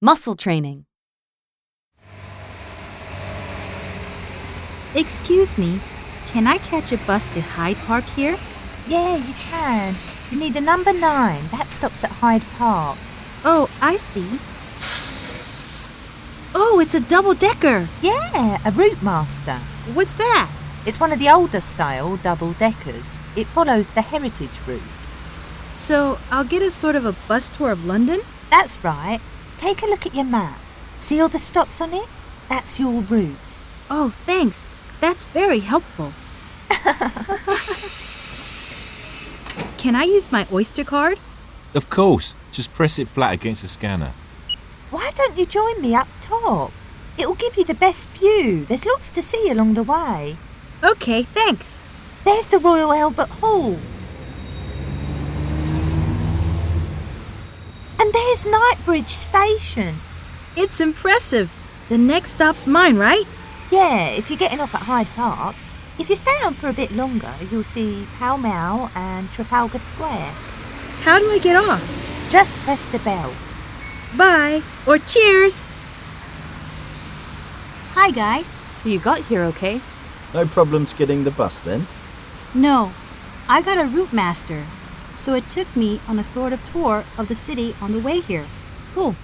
Muscle training. Excuse me, can I catch a bus to Hyde Park here? Yeah, you can. You need a number nine. That stops at Hyde Park. Oh, I see. Oh, it's a double decker. Yeah, a route master. What's that? It's one of the older style double deckers. It follows the heritage route. So I'll get a sort of a bus tour of London? That's right. Take a look at your map. See all the stops on it? That's your route. Oh, thanks. That's very helpful. Can I use my Oyster card? Of course, just press it flat against the scanner. Why don't you join me up top? It'll give you the best view. There's lots to see along the way. Okay, thanks. There's the Royal Albert Hall. And there's Knightsbridge Station. It's impressive. The next stop's mine, right? Yeah, if you're getting off at Hyde Park. If you stay on for a bit longer, you'll see Pall Mall and Trafalgar Square. How do I get off? Just press the bell. Bye or cheers. Hi, guys. So you got here okay? No problems getting the bus then? No, I got a route master, so it took me on a sort of tour of the city on the way here. Cool.